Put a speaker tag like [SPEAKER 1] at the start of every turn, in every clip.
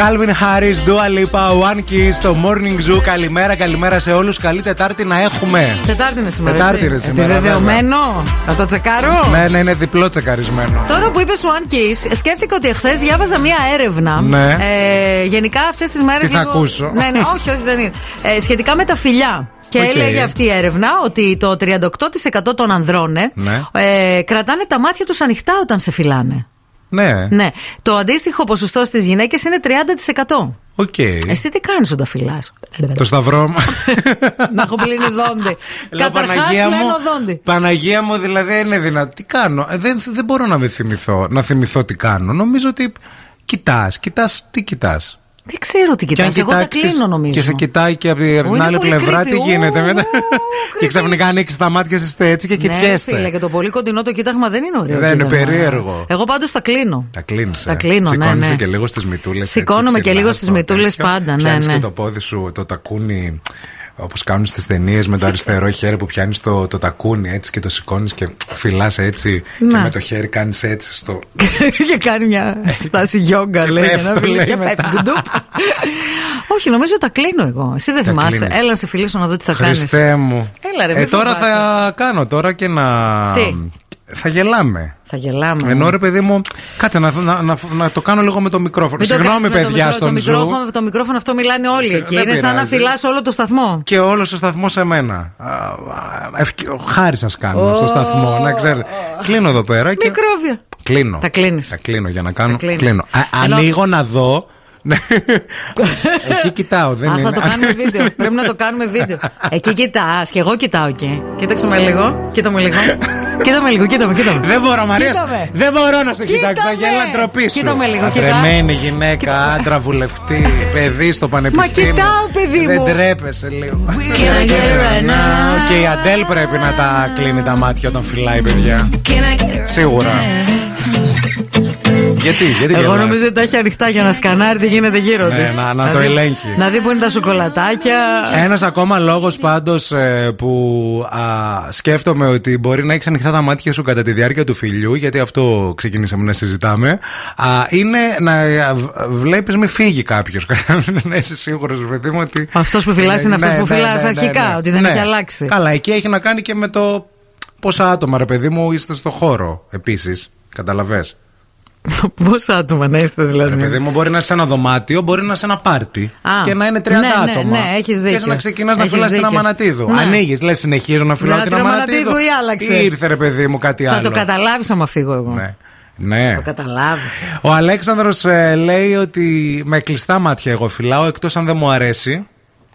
[SPEAKER 1] Calvin Harris, Dua Lipa, One Kiss, το Morning Zoo. Καλημέρα, καλημέρα σε όλους. Καλή Τετάρτη να έχουμε.
[SPEAKER 2] Τετάρτη είναι σήμερα.
[SPEAKER 1] Τετάρτη
[SPEAKER 2] έτσι.
[SPEAKER 1] είναι σήμερα,
[SPEAKER 2] Επιβεβαιωμένο. Να το τσεκάρω.
[SPEAKER 1] Ναι, ναι, είναι διπλό τσεκαρισμένο.
[SPEAKER 2] Τώρα που είπες One Kiss, σκέφτηκα ότι εχθές διάβαζα μία έρευνα.
[SPEAKER 1] Ναι.
[SPEAKER 2] Ε, γενικά αυτές τις μέρες.
[SPEAKER 1] Τι θα ακούσω.
[SPEAKER 2] Ναι, ναι, όχι, όχι, δεν είναι. Ε, σχετικά με τα φιλιά. Και
[SPEAKER 1] Οκ.
[SPEAKER 2] έλεγε αυτή η έρευνα ότι το 38% των ανδρών ε,
[SPEAKER 1] Ναι.
[SPEAKER 2] ε, κρατάνε τα μάτια τους ανοιχτά όταν σε φυλάνε.
[SPEAKER 1] Ναι,
[SPEAKER 2] Ναι. Το αντίστοιχο ποσοστό στις γυναίκες είναι 30%.
[SPEAKER 1] οκ.
[SPEAKER 2] Εσύ τι κάνεις όταν φυλάς.
[SPEAKER 1] Ε. Το σταυρό μου.
[SPEAKER 2] Να έχω πλύνει δόντι.
[SPEAKER 1] Λέω,
[SPEAKER 2] Καταρχάς,
[SPEAKER 1] Παναγία μου,
[SPEAKER 2] πλένω δόντι.
[SPEAKER 1] Παναγία μου, δηλαδή δεν είναι δυνατό. Τι κάνω. Ε, Δεν, δεν μπορώ να με θυμηθώ, να θυμηθώ τι κάνω. Νομίζω ότι κοιτάς, κοιτάς, τι κοιτάς.
[SPEAKER 2] Δεν ξέρω τι κοιτά. Εγώ τα κλείνω νομίζω.
[SPEAKER 1] Και σε κοιτάει και από τη- από την
[SPEAKER 2] είναι
[SPEAKER 1] άλλη
[SPEAKER 2] πολύ
[SPEAKER 1] πλευρά,
[SPEAKER 2] creepy.
[SPEAKER 1] τι γίνεται
[SPEAKER 2] Ου,
[SPEAKER 1] μετά.
[SPEAKER 2] creepy.
[SPEAKER 1] και ξαφνικά ανοίξει τα μάτια, είστε έτσι και
[SPEAKER 2] Ναι,
[SPEAKER 1] κοιτιέστε.
[SPEAKER 2] φίλε, και το πολύ κοντινό το κοίταγμα δεν είναι ωραίο.
[SPEAKER 1] Δεν είναι
[SPEAKER 2] κοίταγμα.
[SPEAKER 1] περίεργο.
[SPEAKER 2] Εγώ πάντως τα κλείνω.
[SPEAKER 1] Τα κλείνεις.
[SPEAKER 2] Τα κλείνω, ναι,
[SPEAKER 1] Σηκώνεσαι
[SPEAKER 2] ναι.
[SPEAKER 1] και λίγο στις μητούλες.
[SPEAKER 2] Σηκώνομαι και λίγο στις μυτούλες πάντα, ναι, ναι.
[SPEAKER 1] και το πόδι σου, το τακούνι, όπως κάνουν στις ταινίες με το αριστερό χέρι που πιάνεις το, το τακούνι έτσι και το σηκώνεις και φυλάς έτσι. Και
[SPEAKER 2] Να.
[SPEAKER 1] με το χέρι κάνεις έτσι στο.
[SPEAKER 2] και κάνει μια στάση γιόγκα,
[SPEAKER 1] Και
[SPEAKER 2] λέει.
[SPEAKER 1] πέφτω,
[SPEAKER 2] για να φιλήσει
[SPEAKER 1] λέει,
[SPEAKER 2] και πέφτει.
[SPEAKER 1] μετά.
[SPEAKER 2] Ντουπ. Όχι, νομίζω τα κλείνω εγώ. Εσύ δεν
[SPEAKER 1] Τα
[SPEAKER 2] θυμάσαι.
[SPEAKER 1] κλείνεις.
[SPEAKER 2] Έλα να σε φιλήσω να δω τι θα κάνει.
[SPEAKER 1] Χριστέ μου.
[SPEAKER 2] Έλα, ρε,
[SPEAKER 1] ε,
[SPEAKER 2] μη
[SPEAKER 1] τώρα θα
[SPEAKER 2] φοβάσαι.
[SPEAKER 1] κάνω τώρα και να.
[SPEAKER 2] Τι?
[SPEAKER 1] Θα γελάμε.
[SPEAKER 2] Θα γελάμε.
[SPEAKER 1] Ενώ ρε παιδί μου, κάτσε να, να, να, να το κάνω λίγο με το μικρόφωνο.
[SPEAKER 2] Μην το
[SPEAKER 1] Συγγνώμη,
[SPEAKER 2] κάνεις με το
[SPEAKER 1] παιδιά,
[SPEAKER 2] μικρό- το
[SPEAKER 1] στον Ζου.
[SPEAKER 2] μικρόφωνο, το μικρόφωνο αυτό μιλάνε όλοι
[SPEAKER 1] Δεν
[SPEAKER 2] εκεί. Είναι σαν να
[SPEAKER 1] πειράζει.
[SPEAKER 2] φυλάς όλο το σταθμό.
[SPEAKER 1] Και όλος ο σταθμός σε μένα. Α, α, ευκαι- Χάρης σας κάνω στο σταθμό, να ξέρετε. Κλείνω εδώ πέρα και.
[SPEAKER 2] Μικρόβια.
[SPEAKER 1] Κλείνω.
[SPEAKER 2] Τα κλείνεις.
[SPEAKER 1] Τα κλείνω για να κάνω.
[SPEAKER 2] Τα κλείνεις.
[SPEAKER 1] Κλείνω. Α,
[SPEAKER 2] Ενώ-
[SPEAKER 1] Ανοίγω να δω. Ναι. Εκεί κοιτάω, δεν
[SPEAKER 2] Α,
[SPEAKER 1] είναι.
[SPEAKER 2] θα το κάνουμε βίντεο. Πρέπει να το κάνουμε βίντεο. Εκεί κοιτά, και εγώ κοιτάω εκεί. Κοίταξε με λίγο. Κοίτα με λίγο. κοίτα με λίγο, κοίτα με, κοίτα με.
[SPEAKER 1] Δεν μπορώ, Μαρία.
[SPEAKER 2] Κοίτα με.
[SPEAKER 1] Δεν μπορώ να σε
[SPEAKER 2] Κοίτα
[SPEAKER 1] κοιτάξω. Θα
[SPEAKER 2] με.
[SPEAKER 1] γέλα ντροπή σου.
[SPEAKER 2] Κοίτα με λίγο, κοίτα.
[SPEAKER 1] Ατρεμένη γυναίκα, άντρα, βουλευτή, παιδί στο πανεπιστήμιο.
[SPEAKER 2] κοιτάω, παιδί μου.
[SPEAKER 1] Δεν τρέπεσαι λίγο.
[SPEAKER 2] Can I get it right now?
[SPEAKER 1] Και η Αντέλ πρέπει να τα κλείνει τα μάτια όταν φυλάει, παιδιά. Σίγουρα. Γιατί, γιατί
[SPEAKER 2] Εγώ
[SPEAKER 1] γελάς?
[SPEAKER 2] νομίζω ότι τα έχει ανοιχτά για να σκανάρει τι γίνεται γύρω
[SPEAKER 1] Ναι,
[SPEAKER 2] της.
[SPEAKER 1] να- να το ελέγχει.
[SPEAKER 2] Να δει που είναι τα σοκολατάκια.
[SPEAKER 1] Ένας ακόμα λόγος πάντως που α, σκέφτομαι ότι μπορεί να έχεις ανοιχτά τα μάτια σου κατά τη διάρκεια του φιλιού, γιατί αυτό ξεκινήσαμε να συζητάμε, α, είναι να βλέπεις μη φύγει κάποιος. να είσαι σίγουρος, παιδί μου, ότι.
[SPEAKER 2] Αυτός που φυλάς είναι αυτός
[SPEAKER 1] Ναι,
[SPEAKER 2] που
[SPEAKER 1] ναι,
[SPEAKER 2] φυλάς
[SPEAKER 1] ναι, ναι,
[SPEAKER 2] αρχικά,
[SPEAKER 1] ναι.
[SPEAKER 2] ότι δεν
[SPEAKER 1] Ναι.
[SPEAKER 2] έχει αλλάξει.
[SPEAKER 1] Καλά, εκεί έχει να κάνει και με το πόσα άτομα, ρε παιδί μου, είστε στο χώρο επίσης. Καταλαβέ.
[SPEAKER 2] Πόσα άτομα να είστε
[SPEAKER 1] Ρε παιδί
[SPEAKER 2] δηλαδή.
[SPEAKER 1] μου, μπορεί να είσαι σε ένα δωμάτιο, μπορεί να είσαι ένα πάρτι
[SPEAKER 2] Α,
[SPEAKER 1] και να είναι 30
[SPEAKER 2] ναι, ναι,
[SPEAKER 1] άτομα.
[SPEAKER 2] ναι, έχεις
[SPEAKER 1] Και
[SPEAKER 2] δίκιο.
[SPEAKER 1] να ξεκινάς να
[SPEAKER 2] Έχεις
[SPEAKER 1] φυλάς την
[SPEAKER 2] δίκιο.
[SPEAKER 1] αμανατίδου.
[SPEAKER 2] Ναι.
[SPEAKER 1] Ανοίγεις, λες, συνεχίζω να φυλάω
[SPEAKER 2] Ναι,
[SPEAKER 1] την
[SPEAKER 2] την Αμανατίδου
[SPEAKER 1] αμανατίδου.
[SPEAKER 2] ή άλλαξε.
[SPEAKER 1] Ή ήρθε ρε παιδί μου κάτι
[SPEAKER 2] Θα
[SPEAKER 1] άλλο.
[SPEAKER 2] το καταλάβεις άμα φύγω εγώ.
[SPEAKER 1] Ναι. ναι.
[SPEAKER 2] Το καταλάβεις.
[SPEAKER 1] Ο Αλέξανδρος ε, λέει ότι με κλειστά μάτια εγώ φυλάω εκτός αν δεν μου αρέσει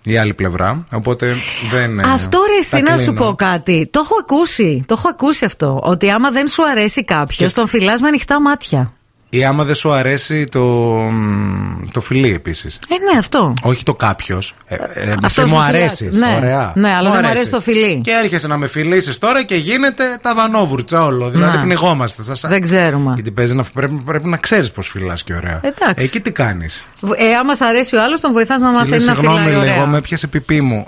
[SPEAKER 1] η άλλη πλευρά. Οπότε δεν. ε,
[SPEAKER 2] Αυτό ρε,
[SPEAKER 1] τα
[SPEAKER 2] εσύ να σου
[SPEAKER 1] κλείνω.
[SPEAKER 2] πω κάτι. Το έχω ακούσει. Το έχω ακούσει αυτό. Ότι άμα δεν σου αρέσει κάποιος, τον φυλάς με ανοιχτά μάτια.
[SPEAKER 1] Ή άμα δεν σου αρέσει το, μ, το φιλί επίσης
[SPEAKER 2] Ε, ναι, αυτό.
[SPEAKER 1] Όχι το κάποιος. Ε, ε, εσύ
[SPEAKER 2] Αυτός
[SPEAKER 1] μου
[SPEAKER 2] που
[SPEAKER 1] αρέσει.
[SPEAKER 2] φιλάς. Ναι.
[SPEAKER 1] Ωραία.
[SPEAKER 2] Ναι, αλλά δεν μου αρέσει
[SPEAKER 1] αρέσεις.
[SPEAKER 2] το φιλί.
[SPEAKER 1] Και έρχεσαι να με φιλήσεις τώρα και γίνεται τα βανόβουρτσα όλο. Δηλαδή
[SPEAKER 2] Να.
[SPEAKER 1] πνιγόμαστε. Σας...
[SPEAKER 2] Δεν ξέρουμε.
[SPEAKER 1] Γιατί παίζει να, πρέπει, πρέπει να ξέρεις πώς φυλάς και ωραία.
[SPEAKER 2] Εντάξει.
[SPEAKER 1] Εκεί τι κάνεις.
[SPEAKER 2] Ε, άμα σ' αρέσει ο άλλος, τον βοηθάς να μάθει να φυλάει ωραία.
[SPEAKER 1] λίγο, με ναι. πιάσε πιπί μου.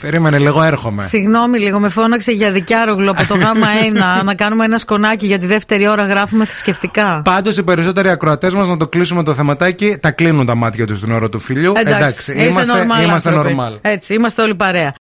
[SPEAKER 1] Περίμενε λίγο, έρχομαι.
[SPEAKER 2] Συγγνώμη λίγο, με φώναξε για δικιάρογλο από το γάμα 1 να κάνουμε ένα σκονάκι για τη δεύτερη ώρα γράφουμε θρησκευτικά.
[SPEAKER 1] Πάντω οι περισσότεροι ακροατές μας, να το κλείσουμε το θεματάκι, τα κλείνουν τα μάτια τους στην ώρα του φιλιού.
[SPEAKER 2] είστε
[SPEAKER 1] είμαστε,
[SPEAKER 2] normal
[SPEAKER 1] είμαστε
[SPEAKER 2] άνθρωποι.
[SPEAKER 1] normal.
[SPEAKER 2] Έτσι, είμαστε όλοι παρέα.